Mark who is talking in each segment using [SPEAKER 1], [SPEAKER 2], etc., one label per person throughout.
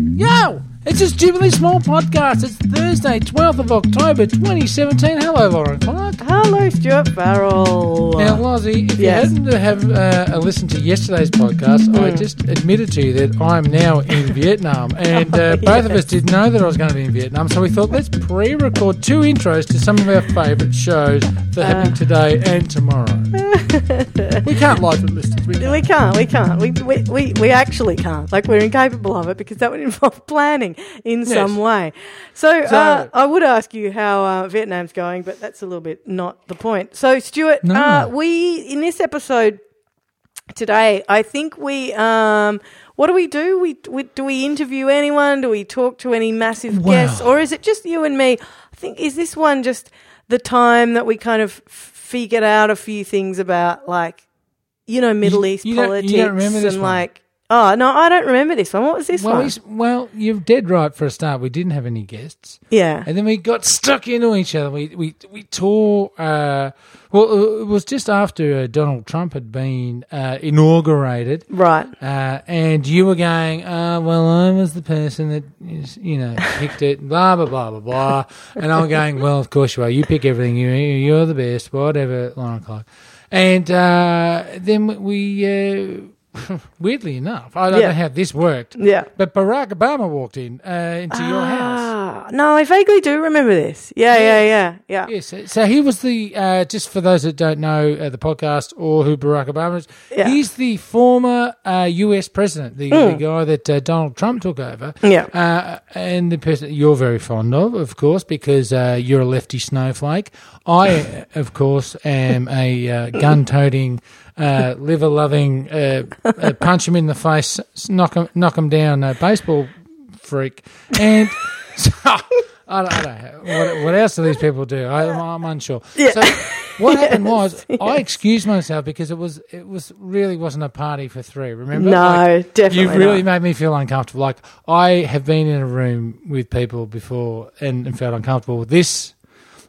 [SPEAKER 1] Yo! It's this Jubilee Small Podcast. It's Thursday, 12th of October, 2017. Hello, Lauren Clark.
[SPEAKER 2] Hello, Stuart Farrell.
[SPEAKER 1] Now, Lozzie, if
[SPEAKER 2] Yes. Hmm.
[SPEAKER 1] you hadn't have uh, listened to yesterday's podcast, I just admitted to you that I'm now in Vietnam, and uh,
[SPEAKER 2] Oh,
[SPEAKER 1] both of us
[SPEAKER 2] yes.
[SPEAKER 1] didn't know that I was going to be in Vietnam. So we thought let's pre-record two intros to some of our favourite shows that are happening
[SPEAKER 2] Uh.
[SPEAKER 1] today and tomorrow. we can't lie to the listeners. We can't.
[SPEAKER 2] we can't, we can't. We, we, we, we actually can't. Like, we're incapable of it because that would involve planning in some way. So, uh,
[SPEAKER 1] So-
[SPEAKER 2] I would ask you how uh, Vietnam's going, but that's a little bit not the point. So, Stuart,
[SPEAKER 1] No.
[SPEAKER 2] uh, we, in this episode today, I think we, um, what do we do? We, we Do we interview anyone? Do we talk to any massive
[SPEAKER 1] Wow.
[SPEAKER 2] guests? Or is it just you and me? I think, is this one just the time that we kind of f- figured out a few things about, like, you know, Middle East
[SPEAKER 1] you don't-
[SPEAKER 2] politics
[SPEAKER 1] you don't remember this
[SPEAKER 2] and
[SPEAKER 1] one?
[SPEAKER 2] like, oh no, I don't remember this one. What was this
[SPEAKER 1] Well,
[SPEAKER 2] one?
[SPEAKER 1] we, s- well, you're dead right for a start. We didn't have any guests.
[SPEAKER 2] yeah,
[SPEAKER 1] And then we got stuck into each other. We we we tore. Uh, well, it was just after uh, Donald Trump had been uh, inaugurated,
[SPEAKER 2] right.
[SPEAKER 1] uh, and you were going, uh, "Well, I was the person that is- you know picked it." Blah blah blah blah blah. And I'm going, "Well, of course you are. You pick everything. You you're the best. Whatever, Lauren Clark." And uh, then we, uh, weirdly enough, I don't
[SPEAKER 2] Yeah.
[SPEAKER 1] know how this worked,
[SPEAKER 2] Yeah.
[SPEAKER 1] but Barack Obama walked in uh, into your house.
[SPEAKER 2] Ah, no, I vaguely do remember this. Yeah, yeah, yeah, yeah.
[SPEAKER 1] Yes, so- so he was the uh, just for those that don't know uh, the podcast or who Barack Obama is.
[SPEAKER 2] Yeah. Hmm.
[SPEAKER 1] He's the former uh, U.S. president, the, the guy that uh, Donald Trump took over.
[SPEAKER 2] Yeah.
[SPEAKER 1] uh, and the person that you're very fond of, of course, because uh, you're a lefty snowflake. I, of course, am a uh, gun-toting, uh, liver-loving, uh, uh, punch him in the face, s- knock him, knock him down, uh, baseball freak, and. So, I don't, I don't know. What, what else do these people do? I, I'm unsure. So what happened was I excused myself because it was it was really wasn't a party for three. Remember?
[SPEAKER 2] No,
[SPEAKER 1] Like,
[SPEAKER 2] definitely
[SPEAKER 1] You've really
[SPEAKER 2] not.
[SPEAKER 1] made me feel uncomfortable. Like I have been in a room with people before and, and felt uncomfortable. This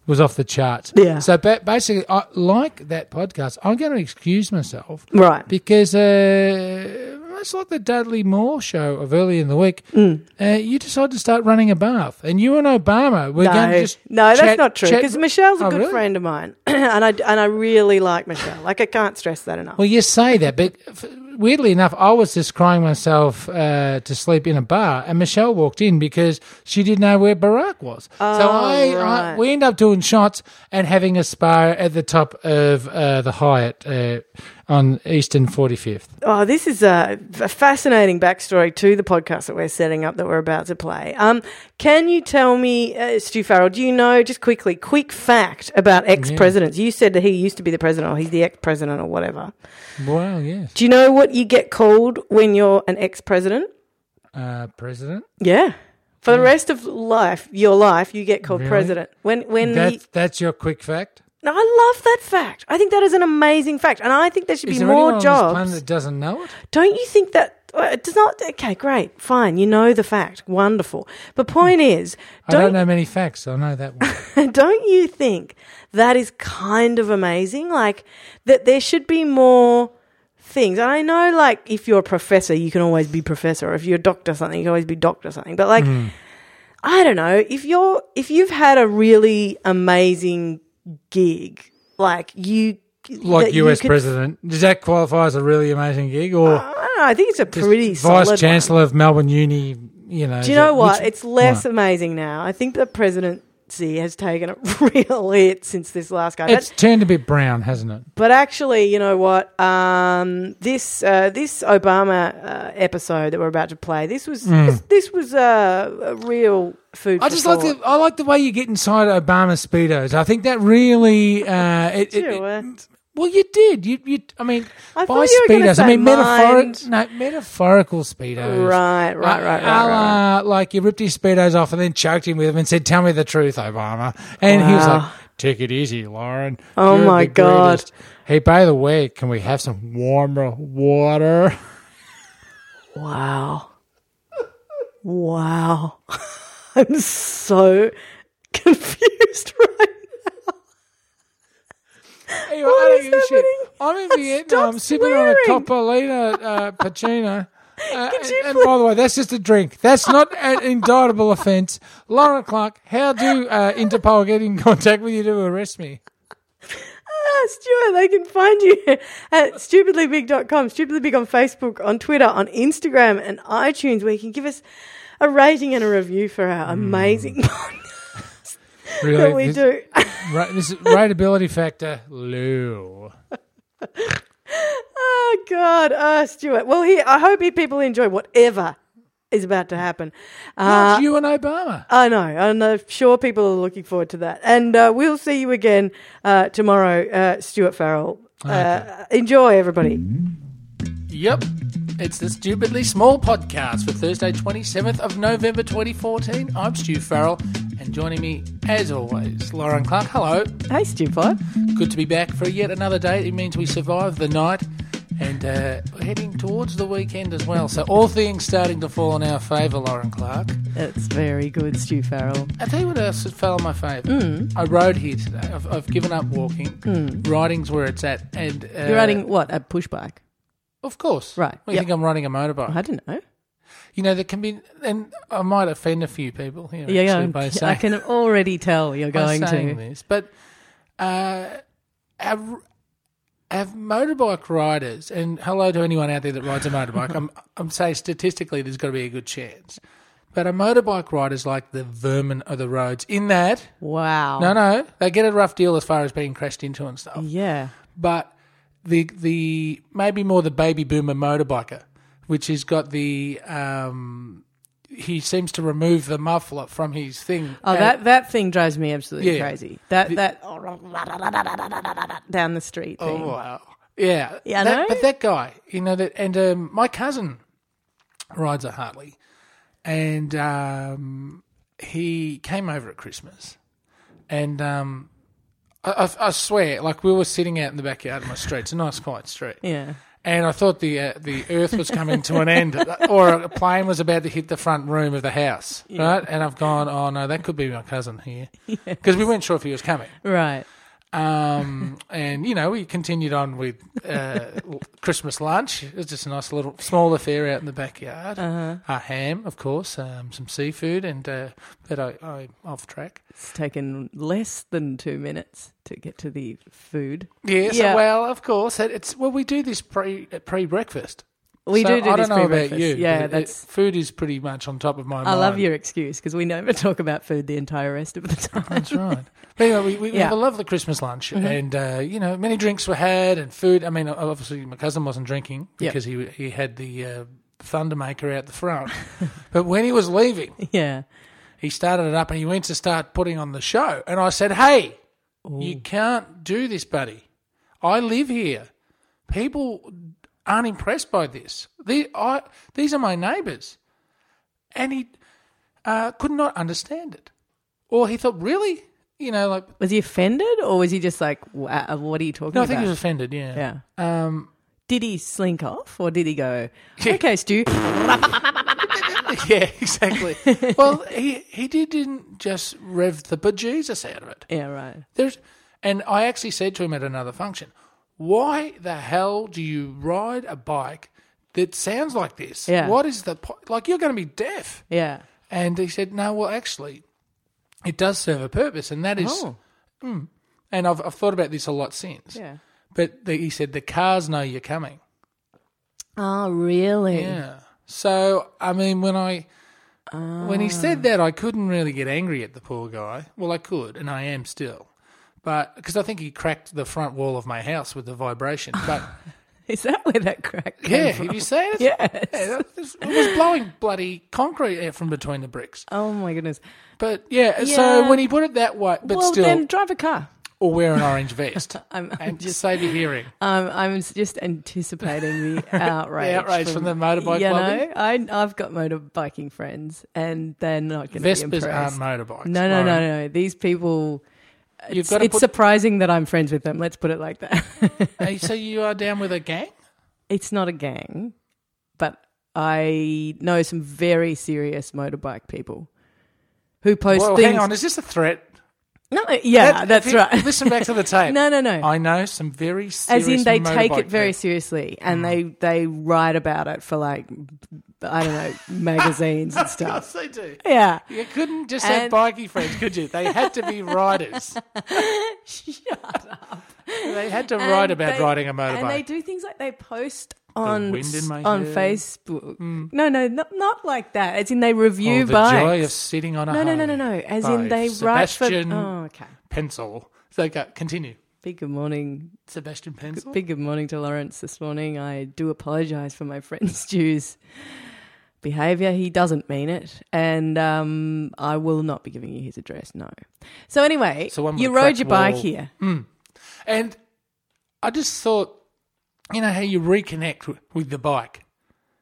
[SPEAKER 1] was off the charts.
[SPEAKER 2] Yeah.
[SPEAKER 1] So ba- basically, I, like that podcast, I'm going to excuse myself
[SPEAKER 2] Right.
[SPEAKER 1] because uh, much like the Dudley Moore show of early in the week,
[SPEAKER 2] Mm.
[SPEAKER 1] uh, you decided to start running a bath, and you and Obama were going to
[SPEAKER 2] No,
[SPEAKER 1] just
[SPEAKER 2] no, that's
[SPEAKER 1] chat-
[SPEAKER 2] not true.
[SPEAKER 1] chat-
[SPEAKER 2] Because Michelle's a
[SPEAKER 1] Oh,
[SPEAKER 2] good
[SPEAKER 1] really?
[SPEAKER 2] friend of mine, and I and I really like Michelle. Like I can't stress that enough.
[SPEAKER 1] Well, you say that, but f- weirdly enough, I was just crying myself uh, to sleep in a bar, and Michelle walked in because she didn't know where Barack was. so I, I
[SPEAKER 2] Oh, right.
[SPEAKER 1] we end up doing shots and having a spa at the top of uh, the Hyatt uh, on Eastern Forty Fifth.
[SPEAKER 2] Oh, this is a, a fascinating backstory to the podcast that we're setting up that we're about to play. Um, can you tell me, uh, Stu Farrell, do you know just quickly, quick fact about ex presidents? You said that he used to be the president or he's the ex president or whatever.
[SPEAKER 1] Wow, yes,
[SPEAKER 2] Do you know what you get called when you're an ex president?
[SPEAKER 1] uh, President.
[SPEAKER 2] Yeah. For the rest of life, your life, you get called
[SPEAKER 1] Really?
[SPEAKER 2] president. When when the,
[SPEAKER 1] That's that's your quick fact.
[SPEAKER 2] no, I love that fact. I think that is an amazing fact, and I think there should
[SPEAKER 1] Is
[SPEAKER 2] be
[SPEAKER 1] there anyone
[SPEAKER 2] more
[SPEAKER 1] on this
[SPEAKER 2] jobs.
[SPEAKER 1] planet that doesn't know it?
[SPEAKER 2] Don't you think that uh, it does not? Okay, great, fine. You know the fact, wonderful. But point is,
[SPEAKER 1] Hmm. I don't
[SPEAKER 2] don't
[SPEAKER 1] know many facts. I know that one.
[SPEAKER 2] don't, you think that is kind of amazing? Like that there should be more things. And I know, like if you're a professor, you can always be professor. Or if you're a doctor, something you can always be doctor, something. But like,
[SPEAKER 1] Hmm.
[SPEAKER 2] I don't know if you're if you've had a really amazing gig, like you
[SPEAKER 1] Like
[SPEAKER 2] that you
[SPEAKER 1] US
[SPEAKER 2] could-
[SPEAKER 1] president. Does that qualify as a really amazing gig or
[SPEAKER 2] I don't know. I think it's a pretty solid one.
[SPEAKER 1] vice chancellor of Melbourne Uni, you know.
[SPEAKER 2] Do you know what? It's less amazing now. I think the presidency has taken a real hit since this last guy.
[SPEAKER 1] it's
[SPEAKER 2] But,
[SPEAKER 1] turned a bit brown, hasn't it?
[SPEAKER 2] but actually, you know what? Um, this uh, this Obama uh, episode that we're about to play. This was this, this was uh, a real food.
[SPEAKER 1] Hmm. I
[SPEAKER 2] for
[SPEAKER 1] just like
[SPEAKER 2] thought.
[SPEAKER 1] the I like the way you get inside Obama's speedos. I think that really uh, it, it-
[SPEAKER 2] Sure,
[SPEAKER 1] it-
[SPEAKER 2] uh,
[SPEAKER 1] well you did you you I mean by
[SPEAKER 2] I thought you were gonna
[SPEAKER 1] speedos I
[SPEAKER 2] say
[SPEAKER 1] mean metaphoric
[SPEAKER 2] mind.
[SPEAKER 1] no metaphorical speedos
[SPEAKER 2] Right, right, right, right,
[SPEAKER 1] a la,
[SPEAKER 2] right.
[SPEAKER 1] Like you ripped his speedos off and then choked him with them and said, "Tell me the truth, Obama." And he was
[SPEAKER 2] Wow.
[SPEAKER 1] like, "Take it easy, Lauren."
[SPEAKER 2] Oh
[SPEAKER 1] You're
[SPEAKER 2] my
[SPEAKER 1] the
[SPEAKER 2] God.
[SPEAKER 1] greatest." Hey, by the way, can we have some warmer water?
[SPEAKER 2] Wow, wow! I'm so confused right
[SPEAKER 1] Anyway, I don't
[SPEAKER 2] is
[SPEAKER 1] give a shit.
[SPEAKER 2] happening?
[SPEAKER 1] I'm in Vietnam,
[SPEAKER 2] Stop
[SPEAKER 1] sipping on a
[SPEAKER 2] swearing.
[SPEAKER 1] Coppolina uh, Pacino. Uh,
[SPEAKER 3] Could
[SPEAKER 1] and,
[SPEAKER 3] you
[SPEAKER 1] and by the way, that's just a drink. That's not an indictable offence. Lauren Clark, how do uh, Interpol get in contact with you to arrest me?
[SPEAKER 3] Ah, Stuart, they can find you at stupidlybig.com, stupidlybig on Facebook, on Twitter, on Instagram, and iTunes, where you can give us a rating and a review for
[SPEAKER 1] Hmm.
[SPEAKER 3] our amazing podcast that we
[SPEAKER 1] this,
[SPEAKER 3] do.
[SPEAKER 1] ra- this is rateability factor low.
[SPEAKER 3] oh, God. Oh, Stuart. Well, here, I hope you people enjoy whatever is about to happen. Uh,
[SPEAKER 1] Not you and Obama.
[SPEAKER 3] I know, and I'm sure people are looking forward to that. And uh, we'll see you again uh, tomorrow, uh, Stuart Farrell. Uh, enjoy, everybody.
[SPEAKER 1] Yep. It's the Stupidly Small podcast for Thursday, 27th of November 2014. I'm Stu Farrell, and joining me, as always, Lauren Clark. Hello.
[SPEAKER 3] Hey, Stuart.
[SPEAKER 1] Good to be back for yet another day. It means we survived the night and uh, we're heading towards the weekend as well. So, all things starting to fall in our favour, Lauren Clark.
[SPEAKER 3] That's very good, Stu Farrell.
[SPEAKER 1] I tell you what else that fell in my favour.
[SPEAKER 3] Hmm.
[SPEAKER 1] I rode here today. I've, I've given up walking. Riding's where it's at. And uh,
[SPEAKER 3] You're riding what? A push bike?
[SPEAKER 1] Of course.
[SPEAKER 3] Right. Uh-huh.
[SPEAKER 1] Well, you
[SPEAKER 3] Yep.
[SPEAKER 1] think I'm riding a motorbike?
[SPEAKER 3] I don't know.
[SPEAKER 1] You know, there can be, and I might offend a few people here
[SPEAKER 3] Yeah,
[SPEAKER 1] actually,
[SPEAKER 3] yeah.
[SPEAKER 1] by
[SPEAKER 3] I
[SPEAKER 1] saying,
[SPEAKER 3] can already tell you're
[SPEAKER 1] by
[SPEAKER 3] going
[SPEAKER 1] saying
[SPEAKER 3] to.
[SPEAKER 1] this, but uh, have, have motorbike riders, and hello to anyone out there that rides a motorbike. I'm I'm saying statistically, there's got to be a good chance, but a motorbike rider's like the vermin of the roads. In that,
[SPEAKER 3] Wow.
[SPEAKER 1] no, no, they get a rough deal as far as being crashed into and stuff
[SPEAKER 3] Yeah.
[SPEAKER 1] but the the maybe more the baby boomer motorbiker, which has got the um, he seems to remove the muffler from his thing.
[SPEAKER 3] Oh,
[SPEAKER 1] And-
[SPEAKER 3] that, that thing drives me absolutely
[SPEAKER 1] Yeah.
[SPEAKER 3] crazy. That that down the street
[SPEAKER 1] oh,
[SPEAKER 3] thing.
[SPEAKER 1] wow, yeah,
[SPEAKER 3] Yeah, I
[SPEAKER 1] That,
[SPEAKER 3] know.
[SPEAKER 1] But that guy, you know that, and um, my cousin rides a Hartley, and um, he came over at Christmas, and um, I, I, I swear, like we were sitting out in the backyard of my street. It's a nice, quiet street.
[SPEAKER 3] Yeah.
[SPEAKER 1] and I thought the uh, the earth was coming to an end, or a plane was about to hit the front room of the house, right? And I've gone, oh no, that could be my cousin here, because we weren't sure if he was coming.
[SPEAKER 3] Right.
[SPEAKER 1] Um, and you know, we continued on with uh, l- Christmas lunch. It was just a nice little small affair out in the backyard. A ham, of course, um, some seafood, and uh, but I, I off track.
[SPEAKER 2] It's taken less than two minutes to get to the food.
[SPEAKER 1] Yes,
[SPEAKER 2] Yeah.
[SPEAKER 1] well, of course, it, it's well, we do this pre uh, pre breakfast.
[SPEAKER 2] We
[SPEAKER 1] So
[SPEAKER 2] do do
[SPEAKER 1] I
[SPEAKER 2] this
[SPEAKER 1] don't know about
[SPEAKER 2] pre-breakfast.
[SPEAKER 1] you.
[SPEAKER 2] Yeah,
[SPEAKER 1] but it-
[SPEAKER 2] that's.
[SPEAKER 1] food is pretty much on top of my mind.
[SPEAKER 2] I love your excuse because we never talk about food the entire rest of the time.
[SPEAKER 1] That's right. But anyway, we, we, we
[SPEAKER 2] Yeah.
[SPEAKER 1] had a lovely Christmas lunch, and uh, you know, many drinks were had and food. I mean, obviously, my cousin wasn't drinking
[SPEAKER 2] Yep.
[SPEAKER 1] because he he had the uh, Thundermaker out the front. but when he was leaving,
[SPEAKER 2] yeah.
[SPEAKER 1] he started it up and he went to start putting on the show. And I said, Hey, you can't do this, buddy. I live here. People aren't impressed by this. The, I, these are my neighbours. And he uh, could not understand it. Or he thought, Really? You know, like,
[SPEAKER 2] Was he offended or was he just like, wow, what are you talking
[SPEAKER 1] no, I
[SPEAKER 2] about?
[SPEAKER 1] think he was offended, yeah.
[SPEAKER 2] yeah.
[SPEAKER 1] Yeah. Um,
[SPEAKER 2] Did he slink off or did he go, okay, Stu?
[SPEAKER 1] yeah, exactly. well, he, he did, didn't just rev the bejesus out of it.
[SPEAKER 2] yeah, right.
[SPEAKER 1] There's, and I actually said to him at another function, "Why the hell do you ride a bike that sounds like this?
[SPEAKER 2] Yeah.
[SPEAKER 1] What is the po- like? You're going to be deaf."
[SPEAKER 2] Yeah.
[SPEAKER 1] And he said, "No, well, actually, it does serve a purpose, and that is."
[SPEAKER 2] Oh.
[SPEAKER 1] Mm. And I've, I've thought about this a lot since.
[SPEAKER 2] Yeah.
[SPEAKER 1] But the, he said the cars know you're coming.
[SPEAKER 2] Oh, really?
[SPEAKER 1] Yeah. So I mean, when I when he said that, I couldn't really get angry at the poor guy. Well, I could, and I am still, but because I think he cracked the front wall of my house with the vibration. But
[SPEAKER 2] Is that where that crack came
[SPEAKER 1] yeah,
[SPEAKER 2] from?
[SPEAKER 1] have you seen it?
[SPEAKER 2] Yes.
[SPEAKER 1] Yeah, that- this- it was blowing bloody concrete out from between the bricks.
[SPEAKER 2] Oh, my goodness.
[SPEAKER 1] But yeah, so
[SPEAKER 2] Yeah.
[SPEAKER 1] when he put it that way, but
[SPEAKER 2] well,
[SPEAKER 1] still,
[SPEAKER 2] then drive a car.
[SPEAKER 1] or wear an orange vest
[SPEAKER 2] I'm, I'm
[SPEAKER 1] and
[SPEAKER 2] just
[SPEAKER 1] just save your hearing.
[SPEAKER 2] Um, I'm just anticipating the outrage.
[SPEAKER 1] The outrage from the motorbike
[SPEAKER 2] You
[SPEAKER 1] lobby?
[SPEAKER 2] know, I, I've got motorbiking friends, and they're not going to be
[SPEAKER 1] Vespers aren't
[SPEAKER 2] impressed.
[SPEAKER 1] motorbikes.
[SPEAKER 2] no, no, no,
[SPEAKER 1] Lauren.
[SPEAKER 2] no. These people.
[SPEAKER 1] You've
[SPEAKER 2] It's,
[SPEAKER 1] gotta
[SPEAKER 2] it's
[SPEAKER 1] put-
[SPEAKER 2] surprising that I'm friends with them. Let's put it like that.
[SPEAKER 1] Hey, so you are down with a gang.
[SPEAKER 2] it's not a gang, but I know some very serious motorbike people who post
[SPEAKER 1] Well,
[SPEAKER 2] things.
[SPEAKER 1] hang on, is this a threat?
[SPEAKER 2] No, yeah,
[SPEAKER 1] That-
[SPEAKER 2] that's
[SPEAKER 1] if you-
[SPEAKER 2] right.
[SPEAKER 1] Listen back to the tape.
[SPEAKER 2] no, no, no.
[SPEAKER 1] I know some very serious.
[SPEAKER 2] As in, they take
[SPEAKER 1] motorbike Mm.
[SPEAKER 2] it very
[SPEAKER 1] people.
[SPEAKER 2] seriously, and they they write about it for like I don't know magazines and
[SPEAKER 1] Of course
[SPEAKER 2] stuff.
[SPEAKER 1] they do.
[SPEAKER 2] Yeah,
[SPEAKER 1] You couldn't just have
[SPEAKER 2] And-
[SPEAKER 1] bikey friends, could you? They had to be riders. They had to write
[SPEAKER 2] And
[SPEAKER 1] about
[SPEAKER 2] they-
[SPEAKER 1] riding a
[SPEAKER 2] And they
[SPEAKER 1] motorbike.
[SPEAKER 2] do things like they post on
[SPEAKER 1] wind in my
[SPEAKER 2] on
[SPEAKER 1] hair. Mm.
[SPEAKER 2] Facebook. No, no, not, not like that. It's in they review
[SPEAKER 1] oh, the
[SPEAKER 2] bikes.
[SPEAKER 1] joy of sitting on a
[SPEAKER 2] no, no, no, no,
[SPEAKER 1] Harley
[SPEAKER 2] no. As
[SPEAKER 1] by
[SPEAKER 2] in they
[SPEAKER 1] Sebastian-
[SPEAKER 2] write for. Oh, okay.
[SPEAKER 1] pencil. So go, continue.
[SPEAKER 2] Big good morning.
[SPEAKER 1] Sebastian Pencil.
[SPEAKER 2] Big good morning to Lawrence this morning. I do apologise for my friend Stu's behaviour. He doesn't mean it, and um, I will not be giving you his address. No. So anyway,
[SPEAKER 1] So one with
[SPEAKER 2] you
[SPEAKER 1] a
[SPEAKER 2] rode
[SPEAKER 1] cracked
[SPEAKER 2] your bike
[SPEAKER 1] wall.
[SPEAKER 2] here.
[SPEAKER 1] And I just thought, you know, how you reconnect w- with the bike.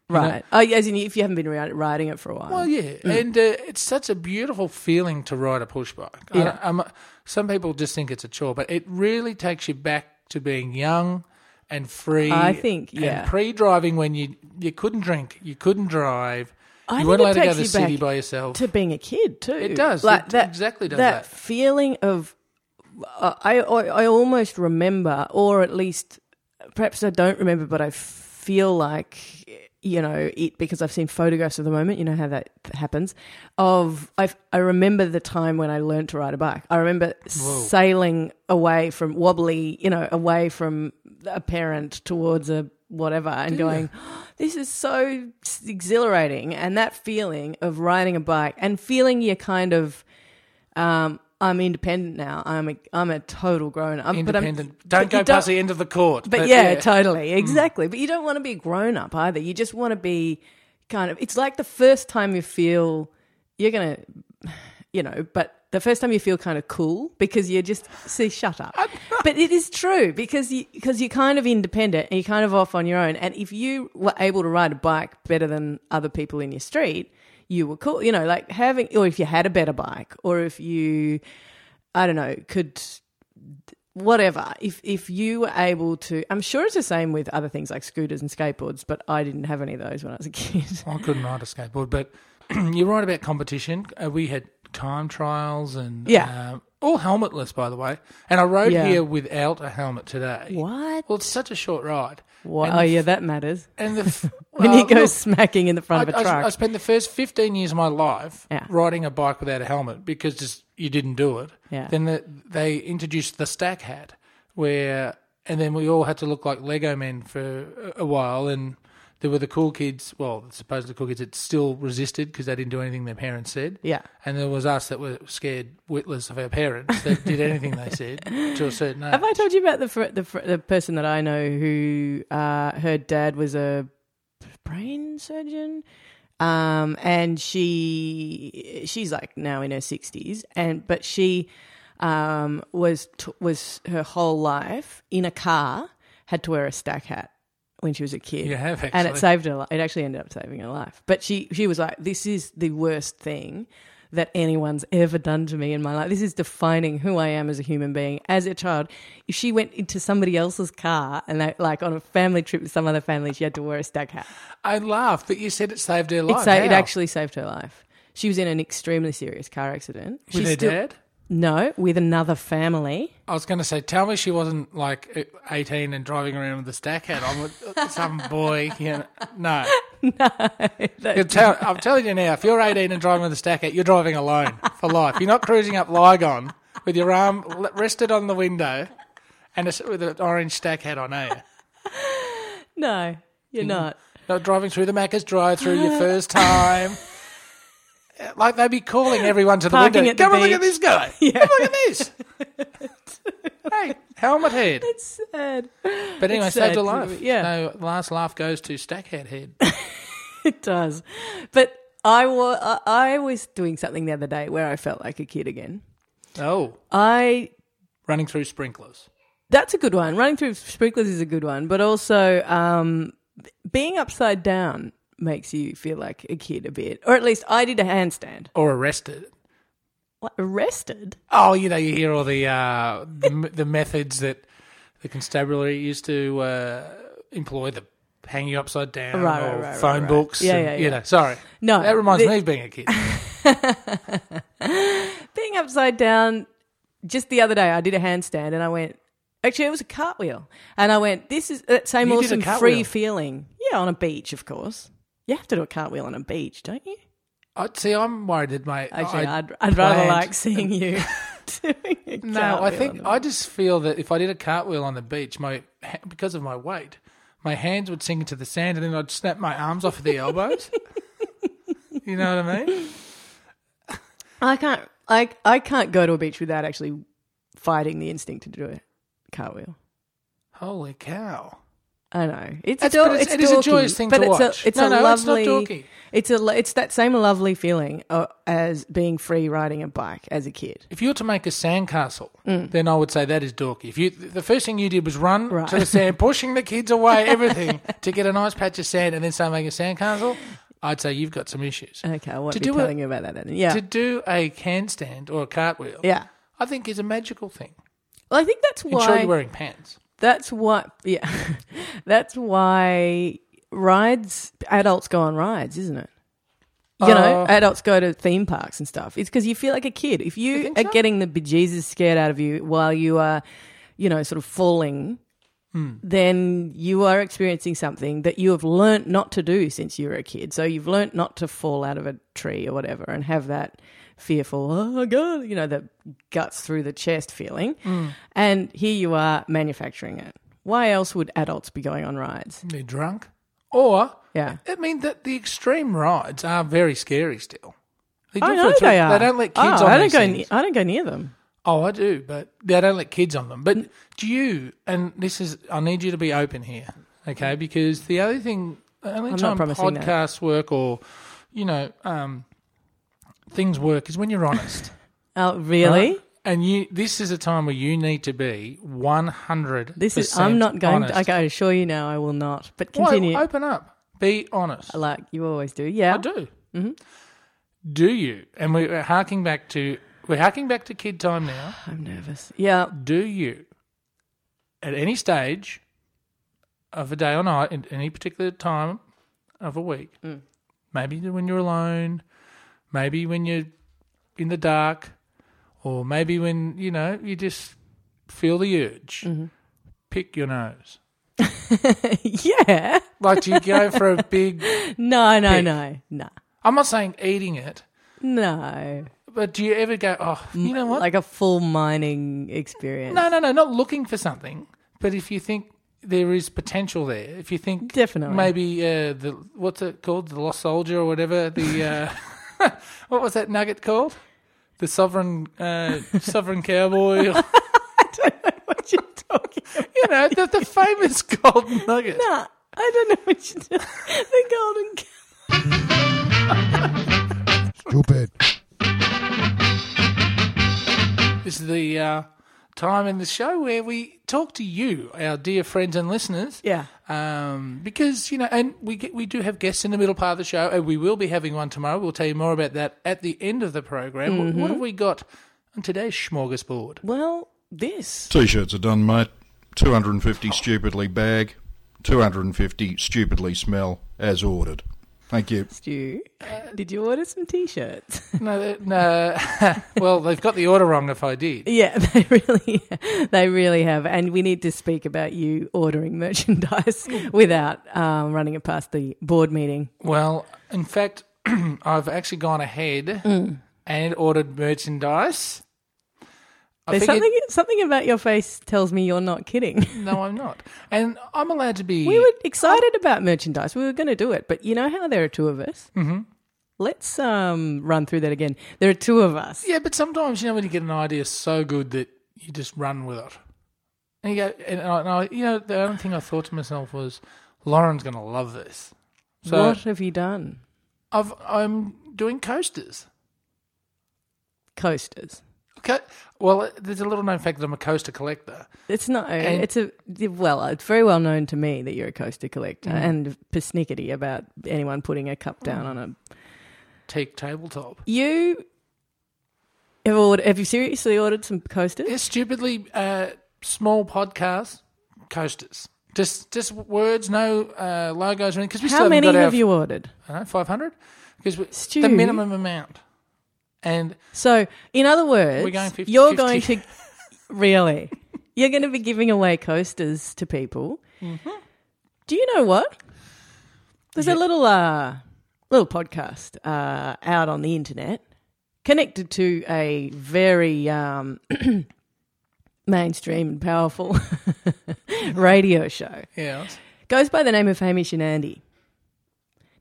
[SPEAKER 2] Right. Oh, yeah, as in if you haven't been ri- riding it for a while.
[SPEAKER 1] Well, yeah,
[SPEAKER 2] Mm.
[SPEAKER 1] and uh, it's such a beautiful feeling to ride a push bike. I-
[SPEAKER 2] Yeah.
[SPEAKER 1] I'm- some people just think it's a chore, but it really takes you back to being young and free.
[SPEAKER 2] I think,
[SPEAKER 1] and
[SPEAKER 2] yeah.
[SPEAKER 1] pre-driving when you you couldn't drink, you couldn't drive, you
[SPEAKER 2] I think
[SPEAKER 1] weren't
[SPEAKER 2] it
[SPEAKER 1] allowed to go
[SPEAKER 2] takes
[SPEAKER 1] to the
[SPEAKER 2] you
[SPEAKER 1] city
[SPEAKER 2] back
[SPEAKER 1] by yourself.
[SPEAKER 2] to being a kid too.
[SPEAKER 1] It does. It exactly does that.
[SPEAKER 2] feeling of uh, I, I I almost remember, or at least perhaps I don't remember, but I feel like you know it because I've seen photographs of the moment. You know how that happens. Of I I remember the time when I learned to ride a bike. I remember sailing away from wobbly, you know, away from a parent towards a whatever and going "Oh, this is so exhilarating and that feeling of riding a bike and feeling you're kind of um, I'm independent now. I'm a I'm a total grown up.
[SPEAKER 1] Independent.
[SPEAKER 2] But I'm,
[SPEAKER 1] don't go
[SPEAKER 2] you
[SPEAKER 1] past the end of the court.
[SPEAKER 2] But, yeah, Hmm. totally, exactly. But you don't want to be a grown up either. You just want to be kind of. It's like the first time you feel you're gonna, you know, but. The first time you feel kind of cool because you just see, shut up. But it is true because you, cause you're kind of independent and you're kind of off on your own. And if you were able to ride a bike better than other people in your street, you were cool. You know, like having, or if you had a better bike, or if you, I don't know, could whatever. If if you were able to, I'm sure it's the same with other things like scooters and skateboards, but I didn't have any of those when I was a kid.
[SPEAKER 1] I couldn't ride a skateboard, but you're right about competition. Uh, we had time trials and
[SPEAKER 2] Yeah.
[SPEAKER 1] um, all helmetless, by the way. And I rode
[SPEAKER 2] Yeah.
[SPEAKER 1] here without a helmet today.
[SPEAKER 2] What?
[SPEAKER 1] Well, it's such a short ride.
[SPEAKER 2] Wha-
[SPEAKER 1] And
[SPEAKER 2] Oh
[SPEAKER 1] the
[SPEAKER 2] yeah,
[SPEAKER 1] f-
[SPEAKER 2] that matters.
[SPEAKER 1] and the f-
[SPEAKER 2] When
[SPEAKER 1] well,
[SPEAKER 2] he goes
[SPEAKER 1] look,
[SPEAKER 2] smacking in the front of
[SPEAKER 1] I,
[SPEAKER 2] a
[SPEAKER 1] I,
[SPEAKER 2] truck.
[SPEAKER 1] I spent the first 15 years of my life
[SPEAKER 2] Yeah.
[SPEAKER 1] riding a bike without a helmet because just you didn't do it.
[SPEAKER 2] Yeah.
[SPEAKER 1] Then the, they introduced the stack hat, where and then we all had to look like Lego men for a- a while, and there were the cool kids. Well, supposedly cool kids that still resisted because they didn't do anything their parents said.
[SPEAKER 2] yeah.
[SPEAKER 1] And there was us that were scared witless of our parents that did anything they said to a certain age.
[SPEAKER 2] Have I told you about the fr- the, fr- the person that I know who uh, her dad was a brain surgeon, um, and she she's like now in her sixties, and but she um, was t- was her whole life in a car had to wear a stack hat when she was a kid.
[SPEAKER 1] You have,
[SPEAKER 2] and it
[SPEAKER 1] actually.
[SPEAKER 2] saved her. li- It actually ended up saving her life. But she she was like, "This is the worst thing." That anyone's ever done to me in my life. This is defining who I am as a human being. As a child, if she went into somebody else's car and they, like on a family trip with some other family, she had to wear a stag hat.
[SPEAKER 1] I laughed that you said it saved their
[SPEAKER 2] It,
[SPEAKER 1] life.
[SPEAKER 2] sa- it
[SPEAKER 1] How?
[SPEAKER 2] actually saved her life. She was in an extremely serious car accident.
[SPEAKER 1] with
[SPEAKER 2] She's
[SPEAKER 1] her
[SPEAKER 2] still-
[SPEAKER 1] dad.
[SPEAKER 2] No, with another family.
[SPEAKER 1] I was going to say, tell me she wasn't like 18 and driving around with a stack hat on with some boy. You know. No.
[SPEAKER 2] That-
[SPEAKER 1] You're tell- I'm telling you now, if you're 18 and driving with a stack hat, you're driving alone for life. You're not cruising up Lygon with your arm l- rested on the window and a s with an orange stack hat on, eh? are you?
[SPEAKER 2] no, you're
[SPEAKER 1] Mm.
[SPEAKER 2] not.
[SPEAKER 1] Not driving through the Macca's drive through your first time. Like they'd be calling everyone to the
[SPEAKER 2] Parking
[SPEAKER 1] window.
[SPEAKER 2] at the
[SPEAKER 1] Come and look at this
[SPEAKER 2] beach.
[SPEAKER 1] guy. Come look at this. hey, helmet head.
[SPEAKER 2] Sad.
[SPEAKER 1] But anyway,
[SPEAKER 2] It's
[SPEAKER 1] saved
[SPEAKER 2] sad
[SPEAKER 1] a
[SPEAKER 2] to
[SPEAKER 1] life.
[SPEAKER 2] me, yeah.
[SPEAKER 1] So last laugh goes to Stackhead Head.
[SPEAKER 2] It does. But I wa- I I was doing something the other day where I felt like a kid again.
[SPEAKER 1] oh,
[SPEAKER 2] I
[SPEAKER 1] running through sprinklers.
[SPEAKER 2] That's a good one. Running through sprinklers is a good one, but also um, being upside down makes you feel like a kid a bit, or at least I did a handstand.
[SPEAKER 1] Or arrested.
[SPEAKER 2] What, arrested?
[SPEAKER 1] Oh, you know, you hear all the uh, the, m- the methods that the constabulary used to uh, employ the hang you upside down
[SPEAKER 2] Right,
[SPEAKER 1] or
[SPEAKER 2] right, right, right,
[SPEAKER 1] phone
[SPEAKER 2] right.
[SPEAKER 1] books.
[SPEAKER 2] Yeah,
[SPEAKER 1] and,
[SPEAKER 2] yeah,
[SPEAKER 1] You
[SPEAKER 2] yeah.
[SPEAKER 1] know, sorry.
[SPEAKER 2] No,
[SPEAKER 1] That reminds
[SPEAKER 2] the-
[SPEAKER 1] me of being a kid.
[SPEAKER 2] Being upside down just the other day I did a handstand and I went. Actually, it was a cartwheel, and I went. This is that same
[SPEAKER 1] You did a
[SPEAKER 2] awesome
[SPEAKER 1] cartwheel?
[SPEAKER 2] free feeling. Yeah, on a beach, of course. You have to do a cartwheel on a beach, don't you?
[SPEAKER 1] I, see, I'm worried that my
[SPEAKER 2] Actually,
[SPEAKER 1] I-
[SPEAKER 2] I'd, I'd rather
[SPEAKER 1] planned-
[SPEAKER 2] like seeing you doing a
[SPEAKER 1] No, I
[SPEAKER 2] cartwheel
[SPEAKER 1] think I just feel that if I did a cartwheel on the beach, my ha- because of my weight, my hands would sink into the sand, and then I'd snap my arms off at the elbows. you know what I mean?
[SPEAKER 2] I can't like I can't go to a beach without actually fighting the instinct to do a cartwheel.
[SPEAKER 1] Holy cow!
[SPEAKER 2] I know it's
[SPEAKER 1] It's-
[SPEAKER 2] dor-
[SPEAKER 1] but it's- it is a
[SPEAKER 2] dorky,
[SPEAKER 1] joyous thing
[SPEAKER 2] but
[SPEAKER 1] to
[SPEAKER 2] it's
[SPEAKER 1] watch.
[SPEAKER 2] A, it's
[SPEAKER 1] No,
[SPEAKER 2] a
[SPEAKER 1] no, it's not
[SPEAKER 2] lovely.
[SPEAKER 1] dorky.
[SPEAKER 2] it's a lo- it's that same lovely feeling uh, as being free riding a bike as a kid.
[SPEAKER 1] If you were to make a sandcastle,
[SPEAKER 2] Mm.
[SPEAKER 1] then I would say that is dorky. If you, the first thing you did was run
[SPEAKER 2] Right.
[SPEAKER 1] to the sand, pushing the kids away, everything to get a nice patch of sand, and then start making a sandcastle, I'd say you've got some issues.
[SPEAKER 2] Okay, I won't
[SPEAKER 1] To
[SPEAKER 2] be
[SPEAKER 1] do a-
[SPEAKER 2] telling you about that then. Yeah,
[SPEAKER 1] To do a handstand or a cartwheel,
[SPEAKER 2] yeah.
[SPEAKER 1] I think is a magical thing.
[SPEAKER 2] Well, I think that's
[SPEAKER 1] Ensure you're
[SPEAKER 2] why.
[SPEAKER 1] wearing pants.
[SPEAKER 2] That's why. Yeah, that's why rides. Adults go on rides, isn't it? You know,
[SPEAKER 1] Uh,
[SPEAKER 2] adults go to theme parks and stuff. It's because you feel like a kid. If you,
[SPEAKER 1] think
[SPEAKER 2] are
[SPEAKER 1] so?
[SPEAKER 2] getting the bejesus scared out of you while you are, you know, sort of falling,
[SPEAKER 1] Hmm.
[SPEAKER 2] then you are experiencing something that you have learnt not to do since you were a kid. So you've learnt not to fall out of a tree or whatever and have that fearful, oh my God, you know, the guts through the chest feeling.
[SPEAKER 1] Hmm.
[SPEAKER 2] And here you are manufacturing it. Why else would adults be going on rides?
[SPEAKER 1] They're drunk. Or,
[SPEAKER 2] Yeah.
[SPEAKER 1] I mean, that the extreme rides are very scary still. They do
[SPEAKER 2] I
[SPEAKER 1] feel
[SPEAKER 2] know
[SPEAKER 1] it's
[SPEAKER 2] they
[SPEAKER 1] really-
[SPEAKER 2] are.
[SPEAKER 1] They don't let kids
[SPEAKER 2] oh,
[SPEAKER 1] on
[SPEAKER 2] I don't
[SPEAKER 1] these
[SPEAKER 2] go.
[SPEAKER 1] things.
[SPEAKER 2] Ne- I don't go near them.
[SPEAKER 1] Oh, I do, but they don't let kids on them. But do you, and this is, I need you to be open here, okay? Because the only thing, the only
[SPEAKER 2] not
[SPEAKER 1] time
[SPEAKER 2] promising that.
[SPEAKER 1] podcasts work or, you know, um, things work is when you're honest.
[SPEAKER 2] Oh, really?
[SPEAKER 1] right? And you, this is a time where you need to be 100
[SPEAKER 2] This is. I'm not going. to... Okay, I assure you now, I will not. But continue.
[SPEAKER 1] Why, open up. Be honest.
[SPEAKER 2] like you always do. Yeah.
[SPEAKER 1] I do. Do you? And we're harking back to we're harking back to kid time now.
[SPEAKER 2] I'm nervous. Yeah.
[SPEAKER 1] Do you, at any stage of a day or night, in any particular time of a week, maybe when you're alone, maybe when you're in the dark, or maybe when you know you just feel the urge, pick your nose.
[SPEAKER 2] yeah.
[SPEAKER 1] Like, do you go for a big?
[SPEAKER 2] No. No.
[SPEAKER 1] Pick.
[SPEAKER 2] No. No.
[SPEAKER 1] I'm not saying eating it,
[SPEAKER 2] No.
[SPEAKER 1] but do you ever go? Oh, you know what?
[SPEAKER 2] Like a full mining experience.
[SPEAKER 1] No, no, no, not looking for something. But if you think there is potential there, if you think
[SPEAKER 2] Definitely.
[SPEAKER 1] maybe uh, the what's it called, the lost soldier or whatever, the uh, what was that nugget called, the sovereign uh, sovereign cowboy, or-
[SPEAKER 2] What you talking? About?
[SPEAKER 1] you know, the, the famous gold nugget.
[SPEAKER 2] Nah, I don't know what you do. the golden. Cow.
[SPEAKER 4] Stupid.
[SPEAKER 1] This is the uh, time in the show where we talk to you, our dear friends and listeners.
[SPEAKER 2] Yeah.
[SPEAKER 1] um, because you know, and we get, we do have guests in the middle part of the show, and we will be having one tomorrow. We'll tell you more about that at the end of the program. What,
[SPEAKER 2] Mm-hmm.
[SPEAKER 1] what have we got on today's smorgasbord?
[SPEAKER 2] Well, this.
[SPEAKER 4] T-shirts are done, mate. 250 stupidly bag, 250 stupidly smell, as ordered. Thank you.
[SPEAKER 2] Stu, did you order some t-shirts?
[SPEAKER 1] No, uh, no. well, they've got the order wrong. If I did,
[SPEAKER 2] Yeah, they really, they really have, and we need to speak about you ordering merchandise without um, running it past the board meeting.
[SPEAKER 1] well, in fact, I've actually gone ahead
[SPEAKER 2] Mm.
[SPEAKER 1] and ordered merchandise. I
[SPEAKER 2] There's
[SPEAKER 1] figured-
[SPEAKER 2] something, something about your face tells me you're not kidding.
[SPEAKER 1] No, I'm not, and I'm allowed to be.
[SPEAKER 2] We were excited about merchandise. We were going to do it, but you know how there are two of us. Mm-hmm. Let's um, run through that again. There are two of us.
[SPEAKER 1] Yeah, but sometimes you know when you get an idea so good that you just run with it, and you go, and I, and I you know the only thing I thought to myself was, Lauren's going to love this. So
[SPEAKER 2] what have you done?
[SPEAKER 1] I've, I'm doing coasters.
[SPEAKER 2] Coasters.
[SPEAKER 1] Okay, well, there's a little known fact that I'm a coaster collector.
[SPEAKER 2] It's not. uh,
[SPEAKER 1] And-
[SPEAKER 2] it's a well. It's very well known to me that you're a coaster collector
[SPEAKER 1] Mm-hmm.
[SPEAKER 2] and persnickety about anyone putting a cup
[SPEAKER 1] Mm.
[SPEAKER 2] down on a
[SPEAKER 1] Teak tabletop.
[SPEAKER 2] You have ordered, have you seriously ordered some coasters?
[SPEAKER 1] They're stupidly uh, small podcasts, coasters. Just just words, no uh, logos or anything. Because we still
[SPEAKER 2] How
[SPEAKER 1] haven't
[SPEAKER 2] many
[SPEAKER 1] got
[SPEAKER 2] have
[SPEAKER 1] our,
[SPEAKER 2] you ordered?
[SPEAKER 1] I don't know, 500? Because
[SPEAKER 2] Stu.
[SPEAKER 1] the minimum amount. And
[SPEAKER 2] So, in other words,
[SPEAKER 1] We're going 50
[SPEAKER 2] you're
[SPEAKER 1] 50.
[SPEAKER 2] going to really, you're going to be giving away coasters to people.
[SPEAKER 1] Mm-hmm.
[SPEAKER 2] Do you know what? There's a little uh, little podcast uh, out on the internet connected to a very um, mainstream and powerful radio show.
[SPEAKER 1] yeah,
[SPEAKER 2] Goes by the name of Hamish and Andy.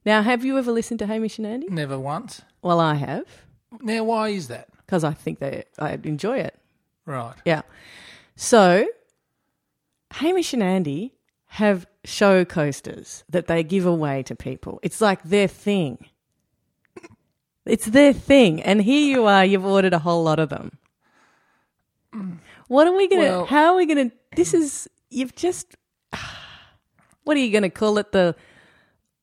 [SPEAKER 2] Now, have you ever listened to Hamish and Andy?
[SPEAKER 1] never once.
[SPEAKER 2] Well, I have
[SPEAKER 1] Now, why is that?
[SPEAKER 2] because I think they I enjoy it.
[SPEAKER 1] Right.
[SPEAKER 2] Yeah. So Hamish and Andy have show coasters that they give away to people. It's like their thing. It's their thing. And here you are, you've ordered a whole lot of them. What are we gonna
[SPEAKER 1] Well-
[SPEAKER 2] how are we gonna this is you've just what are you gonna call it the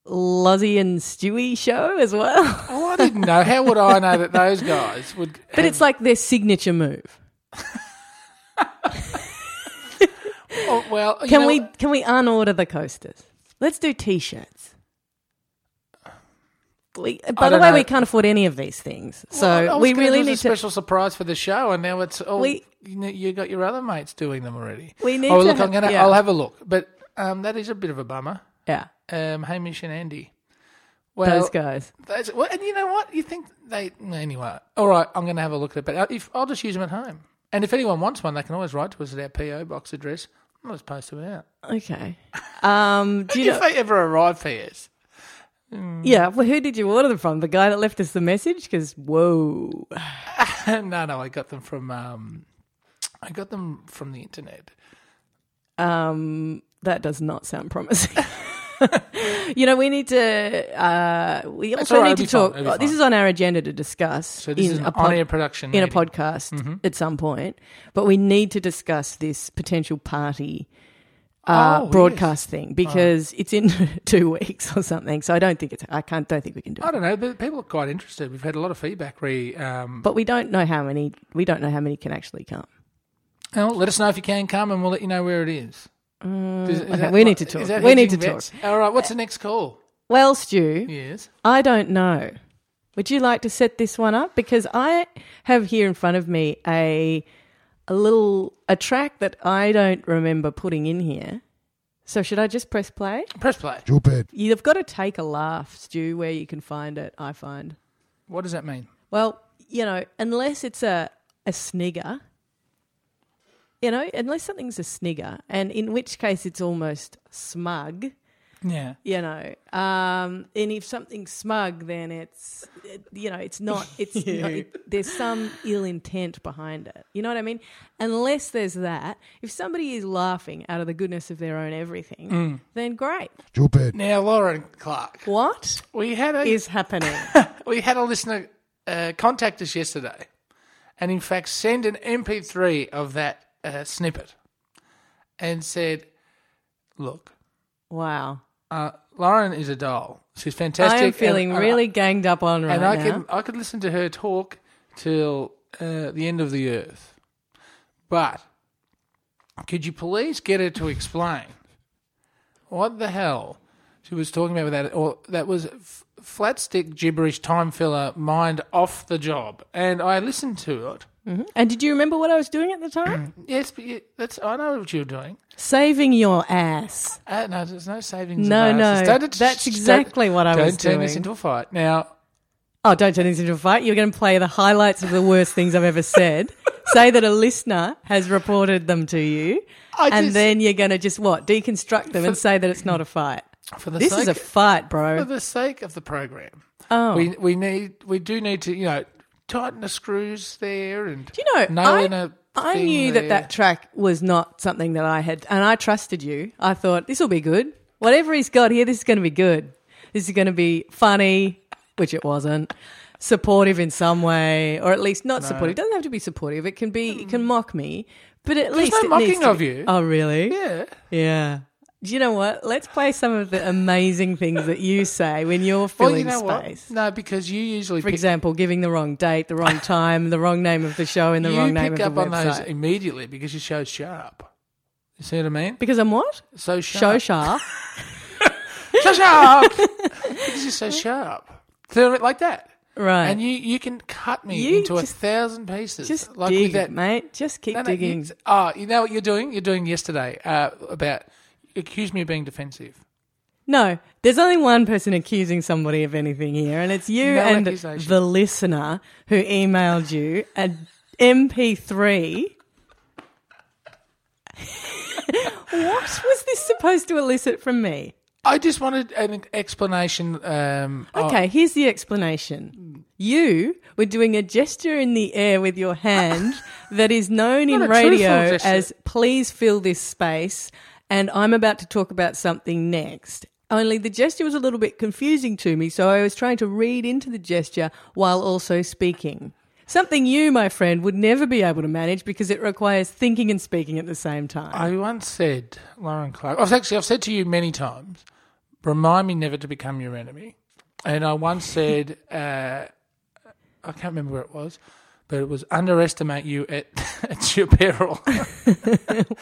[SPEAKER 2] Lozzie and Stewie show as well?
[SPEAKER 1] Oh, I didn't know. How would I know that those guys would?
[SPEAKER 2] But it's like their signature move.
[SPEAKER 1] Oh, well, you
[SPEAKER 2] Can
[SPEAKER 1] know-
[SPEAKER 2] we can we unorder the coasters? Let's do t-shirts. We, by the
[SPEAKER 1] don't
[SPEAKER 2] way,
[SPEAKER 1] know.
[SPEAKER 2] we can't afford any of these things, so
[SPEAKER 1] I was
[SPEAKER 2] we
[SPEAKER 1] gonna do
[SPEAKER 2] really
[SPEAKER 1] as a
[SPEAKER 2] need to.
[SPEAKER 1] special surprise for the show, and now it's all
[SPEAKER 2] We-
[SPEAKER 1] you, know, you got your other mates doing them already.
[SPEAKER 2] We need
[SPEAKER 1] Oh,
[SPEAKER 2] to
[SPEAKER 1] look, I'm
[SPEAKER 2] ha-
[SPEAKER 1] gonna.
[SPEAKER 2] yeah.
[SPEAKER 1] I'll have a look, but um, that is a bit of a bummer.
[SPEAKER 2] yeah,
[SPEAKER 1] Um, Hamish and Andy.
[SPEAKER 2] those
[SPEAKER 1] Well,
[SPEAKER 2] guys.
[SPEAKER 1] those- well, and you know what? You think they anyway? All right, I'm going to have a look at it, but uh, if I'll just use them at home, and if anyone wants one, they can always write to us at our PO box address. I'll just post them out
[SPEAKER 2] Okay. Um, do you
[SPEAKER 1] if
[SPEAKER 2] know?
[SPEAKER 1] they ever arrive for us.
[SPEAKER 2] Yeah. Well, who did you order them from? The guy that left us the message? Because whoa.
[SPEAKER 1] no, no, I got them from. Um, I got them from the internet.
[SPEAKER 2] Um, that does not sound promising. you know, we need to. Uh, we also
[SPEAKER 1] all right,
[SPEAKER 2] need to
[SPEAKER 1] it'll be fine, it'll
[SPEAKER 2] talk.
[SPEAKER 1] be
[SPEAKER 2] This
[SPEAKER 1] fine.
[SPEAKER 2] is on our agenda to discuss.
[SPEAKER 1] So this
[SPEAKER 2] in
[SPEAKER 1] is
[SPEAKER 2] a
[SPEAKER 1] an
[SPEAKER 2] pod-
[SPEAKER 1] on-air production
[SPEAKER 2] in a
[SPEAKER 1] meeting.
[SPEAKER 2] podcast
[SPEAKER 1] Mm-hmm.
[SPEAKER 2] at some point, but we need to discuss this potential party
[SPEAKER 1] Oh,
[SPEAKER 2] uh,
[SPEAKER 1] yes. Oh.
[SPEAKER 2] broadcast thing because it's in two weeks or something. So I don't think it's. I can't. Don't think we can do
[SPEAKER 1] I
[SPEAKER 2] it.
[SPEAKER 1] don't know, but people are quite interested. We've had a lot of feedback. Re, um,
[SPEAKER 2] But we don't know how many. We don't know how many can actually come.
[SPEAKER 1] oh, let us know if you can come, and we'll let you know where it is. Is- is
[SPEAKER 2] Mm, okay,
[SPEAKER 1] that-
[SPEAKER 2] we need to
[SPEAKER 1] is
[SPEAKER 2] talk.
[SPEAKER 1] that
[SPEAKER 2] We need
[SPEAKER 1] hedging
[SPEAKER 2] to
[SPEAKER 1] bets? All right, what's the next call?
[SPEAKER 2] Well, Stu,
[SPEAKER 1] Yes.
[SPEAKER 2] I don't know. Would you like to set this one up? Because I have here in front of me a a little a track that I don't remember putting in here. So should I just press play?
[SPEAKER 1] Press play.
[SPEAKER 2] You've got to take a laugh, Stu, where you can find it, I find.
[SPEAKER 1] What does that mean?
[SPEAKER 2] Well, you know, unless it's a, a snigger, you know, unless something's a snigger, and in which case it's almost smug,
[SPEAKER 1] Yeah.
[SPEAKER 2] you know, um, and if something's smug, then it's, it- you know, it's not, it's, not, it- there's some ill intent behind it. You know what I mean? Unless there's that, if somebody is laughing out of the goodness of their own everything, then great.
[SPEAKER 1] Now, Lauren Clark,
[SPEAKER 2] What
[SPEAKER 1] we had a
[SPEAKER 2] is happening?
[SPEAKER 1] we had a listener uh, contact us yesterday, and in fact send an MP3 of that uh, snippet, and said, "Look,
[SPEAKER 2] Wow.
[SPEAKER 1] uh, Lauren is a doll. She's
[SPEAKER 2] I
[SPEAKER 1] fantastic.
[SPEAKER 2] am feeling
[SPEAKER 1] and- and I-
[SPEAKER 2] really ganged up on right
[SPEAKER 1] and I
[SPEAKER 2] now.
[SPEAKER 1] can I could listen to her talk till uh, the end of the earth. But could you please get her to explain what the hell she was talking about with that? Or that was f- flat stick gibberish, time filler, mind off the job. And I listened to it.
[SPEAKER 2] And did you remember what I was doing at the time?
[SPEAKER 1] Yes, but you, that's I know what you're doing.
[SPEAKER 2] Saving your ass.
[SPEAKER 1] Uh, no, there's no savings.
[SPEAKER 2] No,
[SPEAKER 1] of
[SPEAKER 2] no,
[SPEAKER 1] asses. Don't-
[SPEAKER 2] that's exactly what I
[SPEAKER 1] don't
[SPEAKER 2] was
[SPEAKER 1] Don't turn this
[SPEAKER 2] doing.
[SPEAKER 1] into a fight now.
[SPEAKER 2] Oh, don't turn this into a fight. You're going to play the highlights of the worst things I've ever said. Say that a listener has reported them to you,
[SPEAKER 1] I
[SPEAKER 2] and
[SPEAKER 1] just-
[SPEAKER 2] then you're going to just what deconstruct them and say that it's not a fight.
[SPEAKER 1] For the
[SPEAKER 2] This
[SPEAKER 1] sake
[SPEAKER 2] is a fight,
[SPEAKER 1] for
[SPEAKER 2] bro.
[SPEAKER 1] the sake of the program.
[SPEAKER 2] Oh.
[SPEAKER 1] We we need we do need to you know tighten the screws there and do
[SPEAKER 2] you know,
[SPEAKER 1] nail
[SPEAKER 2] I-
[SPEAKER 1] in a
[SPEAKER 2] I
[SPEAKER 1] thing
[SPEAKER 2] knew that
[SPEAKER 1] there.
[SPEAKER 2] that track was not something that I had, and I trusted you. I thought this will be good. Whatever he's got here, this is going to be good. This is going to be funny, which it wasn't. Supportive in some way, or at least not supportive. It doesn't have to be supportive. It can be. It can mock me, but at least
[SPEAKER 1] no
[SPEAKER 2] it needs
[SPEAKER 1] mocking
[SPEAKER 2] to
[SPEAKER 1] of
[SPEAKER 2] be-
[SPEAKER 1] you.
[SPEAKER 2] Oh, really?
[SPEAKER 1] yeah
[SPEAKER 2] Yeah. Do you know what? Let's play some of the amazing things that you say when you're
[SPEAKER 1] well
[SPEAKER 2] filling
[SPEAKER 1] you know
[SPEAKER 2] space.
[SPEAKER 1] what no because you usually
[SPEAKER 2] For
[SPEAKER 1] pick,
[SPEAKER 2] example, giving the wrong date, the wrong time, the wrong name of the show, and the
[SPEAKER 1] you
[SPEAKER 2] wrong name
[SPEAKER 1] pick
[SPEAKER 2] of
[SPEAKER 1] up on
[SPEAKER 2] the website.
[SPEAKER 1] those immediately because your show's sharp. You see what I mean?
[SPEAKER 2] Because I'm what?
[SPEAKER 1] So
[SPEAKER 2] Show
[SPEAKER 1] sharp.
[SPEAKER 2] sharp.
[SPEAKER 1] So sharp. because you're so sharp. So, Like that.
[SPEAKER 2] Right.
[SPEAKER 1] and you you can cut me
[SPEAKER 2] You
[SPEAKER 1] into
[SPEAKER 2] just-
[SPEAKER 1] a thousand pieces.
[SPEAKER 2] just
[SPEAKER 1] like
[SPEAKER 2] dig,
[SPEAKER 1] with that
[SPEAKER 2] mate. Just keep
[SPEAKER 1] No, no, you-
[SPEAKER 2] digging.
[SPEAKER 1] oh, you know what you're doing? You're doing yesterday uh, about accuse me of being defensive.
[SPEAKER 2] No, there's only one person accusing somebody of anything here, and it's you
[SPEAKER 1] No
[SPEAKER 2] and
[SPEAKER 1] accusation.
[SPEAKER 2] the listener who emailed you a MP3. what was this supposed to elicit from me?
[SPEAKER 1] I just wanted an explanation. Um, of-
[SPEAKER 2] Okay, here's the
[SPEAKER 1] Hmm.
[SPEAKER 2] explanation. You were doing a gesture in the air with your hand that is known in
[SPEAKER 1] Not a truthful
[SPEAKER 2] radio
[SPEAKER 1] gesture.
[SPEAKER 2] as please fill this space, and I'm about to talk about something next. Only the gesture was a little bit confusing to me, so I was trying to read into the gesture while also speaking. Something you, my friend, would never be able to manage because it requires thinking and speaking at the same time.
[SPEAKER 1] I once said, Lauren Clark. I've actually I've said to you many times, remind me never to become your enemy. And I once said, uh, I can't remember where it was, but it was underestimate you at, at your peril.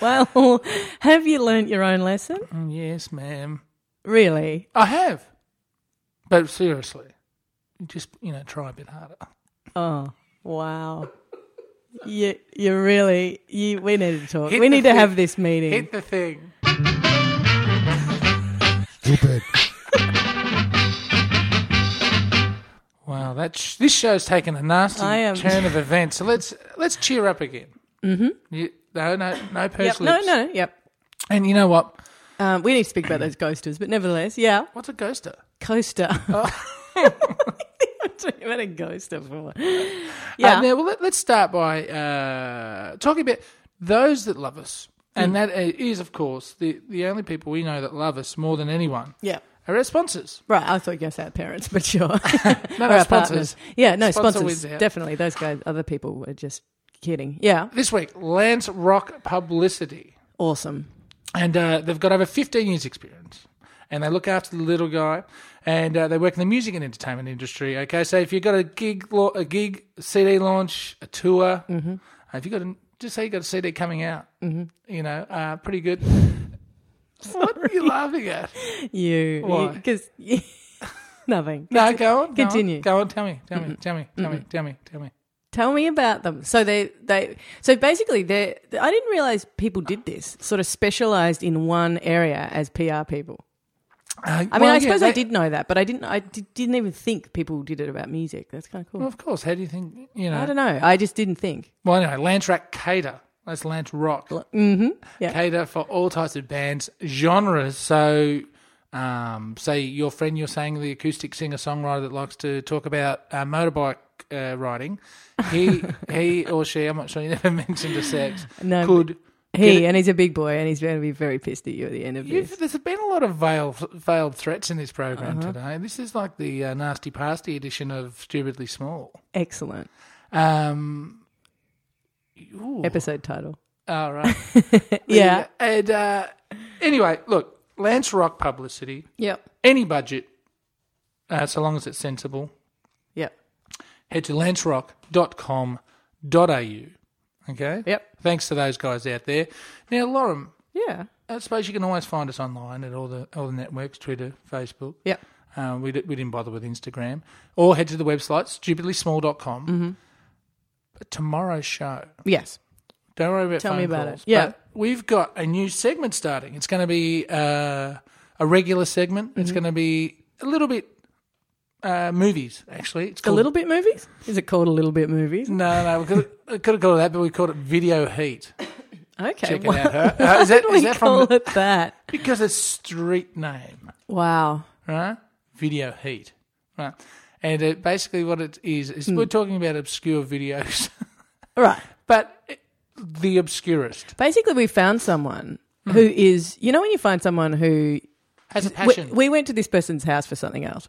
[SPEAKER 2] well, have you learnt your own lesson?
[SPEAKER 1] Uh-huh. Mm, yes, ma'am.
[SPEAKER 2] Really?
[SPEAKER 1] I have, but seriously, just you know, try a bit harder.
[SPEAKER 2] Oh wow! You you really you. We need to talk.
[SPEAKER 1] Hit
[SPEAKER 2] we
[SPEAKER 1] the
[SPEAKER 2] need to
[SPEAKER 1] thing.
[SPEAKER 2] have this meeting.
[SPEAKER 1] Hit the thing.
[SPEAKER 5] Stupid.
[SPEAKER 1] Wow, that sh- this show's taken a nasty
[SPEAKER 2] I am-
[SPEAKER 1] turn of events. So let's let's cheer up again. Mm-hmm. You, no, no, no
[SPEAKER 2] yep.
[SPEAKER 1] purse
[SPEAKER 2] No,
[SPEAKER 1] lips.
[SPEAKER 2] no. Yep.
[SPEAKER 1] And you know what?
[SPEAKER 2] Um, we need to speak about those coasters, but nevertheless, yeah,
[SPEAKER 1] What's a ghoster?
[SPEAKER 2] coaster. Oh. I'm talking about a coaster for. Yeah.
[SPEAKER 1] Uh, now, well, let, us start by uh, talking about those that love us,
[SPEAKER 2] Mm.
[SPEAKER 1] and that uh, is, of course, the the only people we know that love us more than anyone
[SPEAKER 2] yeah.
[SPEAKER 1] are our sponsors.
[SPEAKER 2] Right, I thought you guys had parents, but sure.
[SPEAKER 1] No,
[SPEAKER 2] no,
[SPEAKER 1] no,
[SPEAKER 2] our
[SPEAKER 1] sponsors.
[SPEAKER 2] partners. Yeah, no,
[SPEAKER 1] Sponsor
[SPEAKER 2] sponsors.
[SPEAKER 1] wins out.
[SPEAKER 2] Definitely. Those guys, other people were just kidding. Yeah.
[SPEAKER 1] This week, Lance Rock Publicity.
[SPEAKER 2] Awesome.
[SPEAKER 1] and uh, they've got over 15 years experience and they look after the little guy and uh, they work in the music and entertainment industry okay so if you've got a gig lo- a gig cd launch a tour
[SPEAKER 2] Mm-hmm.
[SPEAKER 1] uh, if you've got a, just say you've got a cd coming out you know uh, pretty good what are you laughing at
[SPEAKER 2] You.
[SPEAKER 1] Why?
[SPEAKER 2] Because. nothing.
[SPEAKER 1] no go on go on,
[SPEAKER 2] Continue. Mm-hmm.
[SPEAKER 1] go on tell me tell me tell me tell me tell me tell me
[SPEAKER 2] Tell me about them. So they they so basically they I didn't realize people did this sort of specialized in one area as PR people.
[SPEAKER 1] Uh,
[SPEAKER 2] I mean,
[SPEAKER 1] well,
[SPEAKER 2] I
[SPEAKER 1] yeah,
[SPEAKER 2] suppose I
[SPEAKER 1] they-
[SPEAKER 2] did know that, but I didn't I di- didn't even think people did it about music. That's kind of cool.
[SPEAKER 1] well, uh, of course how do you think you
[SPEAKER 2] I
[SPEAKER 1] know
[SPEAKER 2] don't know. I just didn't think.
[SPEAKER 1] well anyway lance rack cater that's lance rock
[SPEAKER 2] Mm-hmm. Yeah.
[SPEAKER 1] cater for all types of bands, genres. So, um, say your friend you're saying the acoustic singer songwriter that likes to talk about uh, motorbike uh, riding, he he or she, I'm not sure, you never mentioned a sex,
[SPEAKER 2] No,
[SPEAKER 1] could.
[SPEAKER 2] He
[SPEAKER 1] get-
[SPEAKER 2] and he's a big boy and he's going to be very pissed at you at the end of
[SPEAKER 1] You've,
[SPEAKER 2] this.
[SPEAKER 1] there's been a lot of veiled, veiled threats in this program
[SPEAKER 2] Uh-huh.
[SPEAKER 1] today. This is like the uh, nasty pasty edition of Stupidly Small.
[SPEAKER 2] Excellent
[SPEAKER 1] Um, ooh.
[SPEAKER 2] episode title.
[SPEAKER 1] Oh, right.
[SPEAKER 2] Yeah.
[SPEAKER 1] And uh, anyway, look, Lance Rock publicity.
[SPEAKER 2] Yep.
[SPEAKER 1] any budget, uh, so long as it's sensible,
[SPEAKER 2] Yep.
[SPEAKER 1] head to lancerock.com.au. Okay?
[SPEAKER 2] Yep.
[SPEAKER 1] Thanks to those guys out there. Now, Lauren,
[SPEAKER 2] Yeah.
[SPEAKER 1] I suppose you can always find us online at all the all the networks Twitter, Facebook.
[SPEAKER 2] Yep.
[SPEAKER 1] Uh, we, di- we didn't bother with Instagram. Or head to the website, stupidlysmall.com. But tomorrow's show,
[SPEAKER 2] Yes.
[SPEAKER 1] don't worry about
[SPEAKER 2] Tell me
[SPEAKER 1] phone
[SPEAKER 2] about it.
[SPEAKER 1] calls,
[SPEAKER 2] Yeah.
[SPEAKER 1] but We've got a new segment starting. It's going to be uh, a regular segment.
[SPEAKER 2] Mm-hmm.
[SPEAKER 1] It's going to be a little bit uh, movies, actually. It's
[SPEAKER 2] A
[SPEAKER 1] called,
[SPEAKER 2] little bit movies? Is it called a little bit movies?
[SPEAKER 1] No, no, we could, we could have called it that, but we called it Video Heat.
[SPEAKER 2] Okay.
[SPEAKER 1] Check it
[SPEAKER 2] Why
[SPEAKER 1] out. huh? Uh, is that,
[SPEAKER 2] do
[SPEAKER 1] is
[SPEAKER 2] we
[SPEAKER 1] that
[SPEAKER 2] call
[SPEAKER 1] from.
[SPEAKER 2] it that?
[SPEAKER 1] Because it's street name,
[SPEAKER 2] Wow.
[SPEAKER 1] right? Video Heat, right? And uh, basically, what it is, is
[SPEAKER 2] Hmm.
[SPEAKER 1] we're talking about obscure videos,
[SPEAKER 2] All right.
[SPEAKER 1] but it- the obscurest
[SPEAKER 2] Basically, we found someone who is, you know, when you find someone who.
[SPEAKER 1] has a
[SPEAKER 2] We,
[SPEAKER 1] passion.
[SPEAKER 2] we went to this person's house for something else,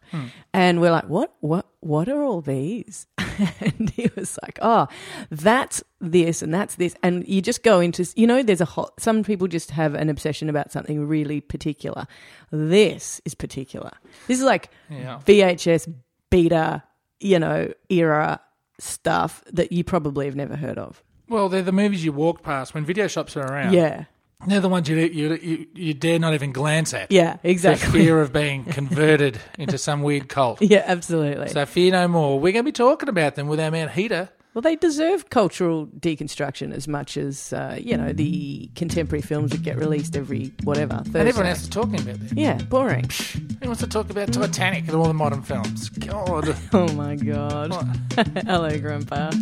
[SPEAKER 2] and we're like, "What? What? What are all these?" and he was like, "Oh, that's this and that's this." And you just go into, you know, there's a hot. Some people just have an obsession about something really particular. This is particular. This is like
[SPEAKER 1] yeah.
[SPEAKER 2] VHS beta, you know, era stuff that you probably have never heard of.
[SPEAKER 1] Well, they're the movies you walk past when video shops are around.
[SPEAKER 2] Yeah.
[SPEAKER 1] They're the ones you, you, you, you dare not even glance at.
[SPEAKER 2] Yeah,
[SPEAKER 1] The
[SPEAKER 2] exactly.
[SPEAKER 1] fear of being converted into some weird cult.
[SPEAKER 2] Yeah, absolutely.
[SPEAKER 1] So fear no more. We're going to be talking about them with our man Heater.
[SPEAKER 2] well, they deserve cultural deconstruction as much as uh, you know the contemporary films that get released every whatever.
[SPEAKER 1] And everyone
[SPEAKER 2] Thursday.
[SPEAKER 1] else is talking about them.
[SPEAKER 2] Yeah, boring.
[SPEAKER 1] Who wants to talk about Titanic and all the modern films? God.
[SPEAKER 2] Oh my god.
[SPEAKER 1] What?
[SPEAKER 2] Hello, Grandpa.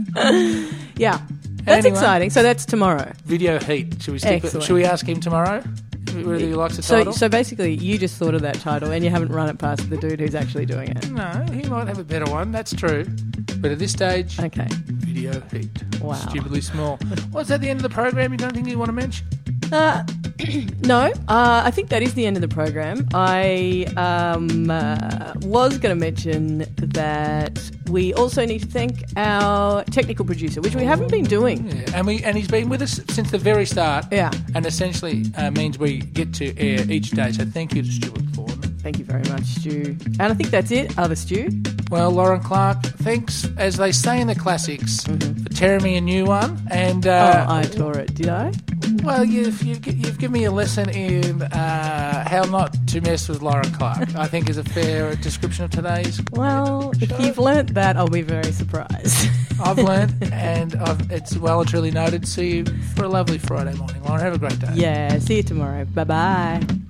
[SPEAKER 2] yeah, that's
[SPEAKER 1] Anyway.
[SPEAKER 2] exciting. So that's tomorrow.
[SPEAKER 1] Video Heat. Should we stick with,
[SPEAKER 2] Excellent.
[SPEAKER 1] Should we ask him tomorrow? Whether he likes the
[SPEAKER 2] So,
[SPEAKER 1] title?
[SPEAKER 2] so basically, you just thought of that title and you haven't run it past the dude who's actually doing it.
[SPEAKER 1] no, he might have a better one. That's true. But at this stage,
[SPEAKER 2] Okay.
[SPEAKER 1] Video Heat.
[SPEAKER 2] Wow.
[SPEAKER 1] Stupidly small. What's at the end of the program? You don't think you want to mention?
[SPEAKER 2] Uh, no, uh, I think that is the end of the program. I um, uh, was going to mention that we also need to thank our technical producer, which we haven't been doing.
[SPEAKER 1] Yeah. And we and he's been with us since the very start.
[SPEAKER 2] Yeah.
[SPEAKER 1] And essentially uh, means we get to air each day. So thank you to Stuart Ford.
[SPEAKER 2] Thank you very much, Stu. And I think that's it. Other Stu.
[SPEAKER 1] Well, Lauren Clark, thanks, as they say in the classics, for tearing me a new one. And uh,
[SPEAKER 2] oh, Mm-hmm. I tore it. Did I?
[SPEAKER 1] well, you've, you've gi- you've given me a lesson in uh, how not to mess with Lauren Clark. I think is a fair description of today's.
[SPEAKER 2] Well, if
[SPEAKER 1] Sure.
[SPEAKER 2] you've learnt that, I'll be very surprised.
[SPEAKER 1] I've learned, and I've, it's well and truly noted. See you for a lovely Friday morning, Lauren. Have a great day.
[SPEAKER 2] yeah. See you tomorrow. Bye bye.